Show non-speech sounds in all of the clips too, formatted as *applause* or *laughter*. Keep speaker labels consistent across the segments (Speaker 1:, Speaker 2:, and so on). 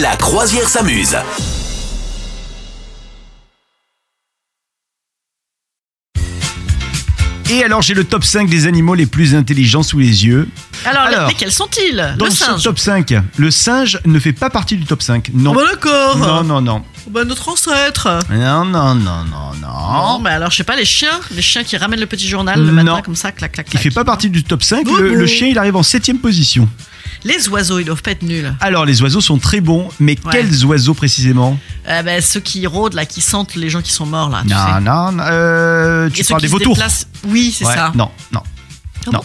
Speaker 1: La croisière s'amuse.
Speaker 2: Et alors, j'ai le top 5 des animaux les plus intelligents sous les yeux.
Speaker 3: Alors,
Speaker 2: Alors,
Speaker 3: mais quels sont-ils
Speaker 2: Dans
Speaker 3: Le
Speaker 2: ce
Speaker 3: singe.
Speaker 2: top 5, le singe ne fait pas partie du top 5. Non.
Speaker 3: Oh bah d'accord.
Speaker 2: non, non, non.
Speaker 3: Oh bah notre ancêtre.
Speaker 2: Non, non, non, non,
Speaker 3: Non,
Speaker 2: non.
Speaker 3: mais alors je sais pas les chiens, les chiens qui ramènent le petit journal le matin
Speaker 2: Non.
Speaker 3: comme ça, clac clac
Speaker 2: Il
Speaker 3: clac.
Speaker 2: fait pas partie du top 5.
Speaker 3: Boubou.
Speaker 2: Le, le chien, il arrive en 7 position.
Speaker 3: Les oiseaux, ils doivent pas être nuls.
Speaker 2: Alors, les oiseaux sont très bons, mais
Speaker 3: Ouais.
Speaker 2: quels oiseaux précisément
Speaker 3: Eh ben ceux qui rôdent là, qui sentent les gens qui sont morts là. tu
Speaker 2: Non,
Speaker 3: sais.
Speaker 2: non, non, euh,
Speaker 3: Et
Speaker 2: tu
Speaker 3: ceux
Speaker 2: parles
Speaker 3: qui
Speaker 2: des
Speaker 3: se
Speaker 2: vautours.
Speaker 3: déplacent. Oui, c'est
Speaker 2: Ouais,
Speaker 3: ça.
Speaker 2: Non, non.
Speaker 3: Ah
Speaker 2: non.
Speaker 3: bon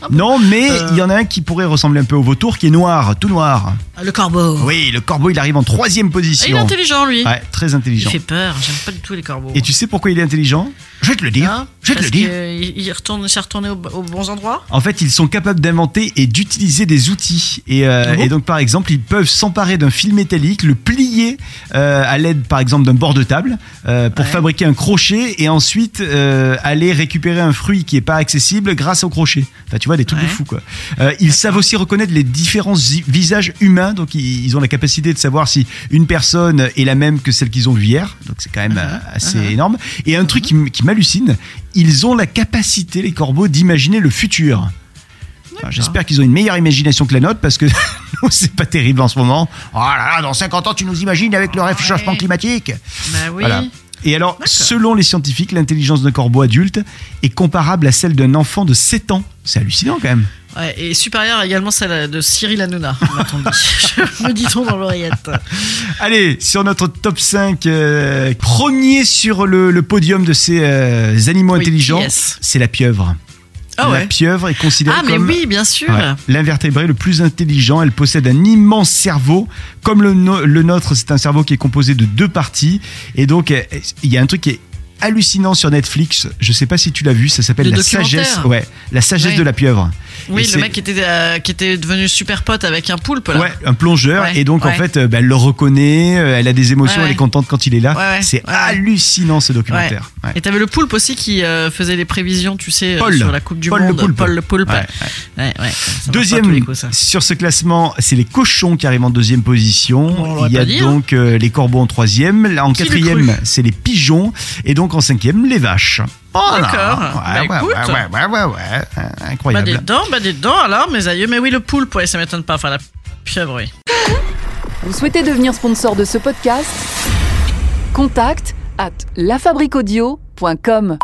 Speaker 3: Ah bon
Speaker 2: Non, mais
Speaker 3: Euh.
Speaker 2: il y en a un qui pourrait ressembler un peu au vautour, qui est noir, tout noir.
Speaker 3: Ah, Le corbeau.
Speaker 2: Oui, le corbeau, il arrive en troisième
Speaker 3: Ah, il est
Speaker 2: position.
Speaker 3: intelligent lui.
Speaker 2: Ouais, très
Speaker 3: Il
Speaker 2: intelligent.
Speaker 3: fait peur. J'aime pas du tout les corbeaux.
Speaker 2: Et tu sais pourquoi il est intelligent Je vais te le dire.
Speaker 3: Hein
Speaker 2: je vais te
Speaker 3: Parce
Speaker 2: le dire.
Speaker 3: que il il retourne, s'est retourné au, aux bons endroits.
Speaker 2: En fait, ils sont capables d'inventer et d'utiliser des outils. Et, euh,
Speaker 3: Ah bon
Speaker 2: et donc, par exemple, ils peuvent s'emparer d'un fil métallique, le plier euh, à l'aide, par exemple, d'un bord de table euh, pour
Speaker 3: Ouais.
Speaker 2: fabriquer un crochet et ensuite euh, aller récupérer un fruit qui est pas accessible grâce au crochet. Enfin, tu vois, des trucs de
Speaker 3: Ouais.
Speaker 2: fou, quoi. Euh, ils savent aussi reconnaître les différents zi- visages humains. Donc, ils, ils ont la capacité de savoir si une personne est la même que celle qu'ils ont vue hier. Donc, c'est quand
Speaker 3: Uh-huh.
Speaker 2: même euh, assez énorme. Et un truc qui, m- qui m'hallucine, ils ont la capacité, les corbeaux, d'imaginer le futur. Enfin, J'espère qu'ils ont une meilleure imagination que la nôtre parce que *laughs* nous, c'est pas terrible en ce moment. Oh là là, dans 50 ans, tu nous imagines avec le réchauffement
Speaker 3: Ah Ouais.
Speaker 2: climatique.
Speaker 3: Bah oui.
Speaker 2: Voilà. Et alors, selon les scientifiques, l'intelligence d'un corbeau adulte est comparable à celle d'un enfant de 7 ans. C'est hallucinant quand même.
Speaker 3: Ouais, et supérieure également celle de Cyril Hanouna, *laughs* m'a-t-on dit. Je me dit-on dans l'oreillette.
Speaker 2: Allez, sur notre top 5, euh, premier sur le, le podium de ces euh, animaux
Speaker 3: Oui,
Speaker 2: intelligents,
Speaker 3: qui est-ce
Speaker 2: c'est la pieuvre.
Speaker 3: Ah
Speaker 2: La
Speaker 3: ouais.
Speaker 2: pieuvre est considérée
Speaker 3: Ah mais
Speaker 2: comme
Speaker 3: oui, bien sûr.
Speaker 2: Ouais. L'invertébré le plus intelligent, elle possède un immense cerveau. Comme le, no- le nôtre, c'est un cerveau qui est composé de deux parties. Et donc, euh, il y a un truc qui est hallucinant sur Netflix. Je sais pas si tu l'as vu, ça s'appelle
Speaker 3: Le
Speaker 2: La
Speaker 3: documentaire.
Speaker 2: sagesse. Ouais, La sagesse
Speaker 3: Ouais.
Speaker 2: de la pieuvre. Et
Speaker 3: Oui,
Speaker 2: c'est-
Speaker 3: le mec qui était, euh, qui était devenu super pote avec un poulpe là.
Speaker 2: Ouais, un plongeur.
Speaker 3: Ouais,
Speaker 2: et donc, en
Speaker 3: ouais.
Speaker 2: fait, euh, bah, elle le reconnaît, euh, elle a des émotions,
Speaker 3: Ouais,
Speaker 2: elle est
Speaker 3: ouais.
Speaker 2: contente quand il est là.
Speaker 3: Ouais, ouais,
Speaker 2: C'est
Speaker 3: ouais.
Speaker 2: hallucinant ce documentaire. Ouais.
Speaker 3: Et t'avais le poulpe aussi qui euh, faisait les prévisions, tu sais, euh,
Speaker 2: Paul.
Speaker 3: sur la Coupe du
Speaker 2: Paul le
Speaker 3: Monde.
Speaker 2: poulpe.
Speaker 3: Paul le poulpe.
Speaker 2: Ouais, ouais.
Speaker 3: Ouais, ouais, ça marche pas tous les
Speaker 2: Deuxième
Speaker 3: coups, ça. Bah,
Speaker 2: sur ce classement, c'est les cochons qui arrivent en deuxième
Speaker 3: On
Speaker 2: position.
Speaker 3: l'aurait
Speaker 2: Il y a
Speaker 3: pas dit, hein.
Speaker 2: donc euh, les corbeaux en troisième. Là, En
Speaker 3: Qui l'eût
Speaker 2: quatrième,
Speaker 3: cru
Speaker 2: c'est les pigeons. Et donc en cinquième, les vaches. Voilà.
Speaker 3: D'accord. Bah,
Speaker 2: Ouais, ouais,
Speaker 3: écoute.
Speaker 2: ouais, ouais, ouais, ouais, ouais. Euh,
Speaker 3: Bah
Speaker 2: Incroyable.
Speaker 3: des dents, bah des dents alors, mes aïeux. Mais oui, le poulpe, ouais, ça m'étonne pas. Enfin, la pieuvre, oui.
Speaker 4: Vous souhaitez devenir sponsor de ce podcast Contact à lafabriquaudio.com.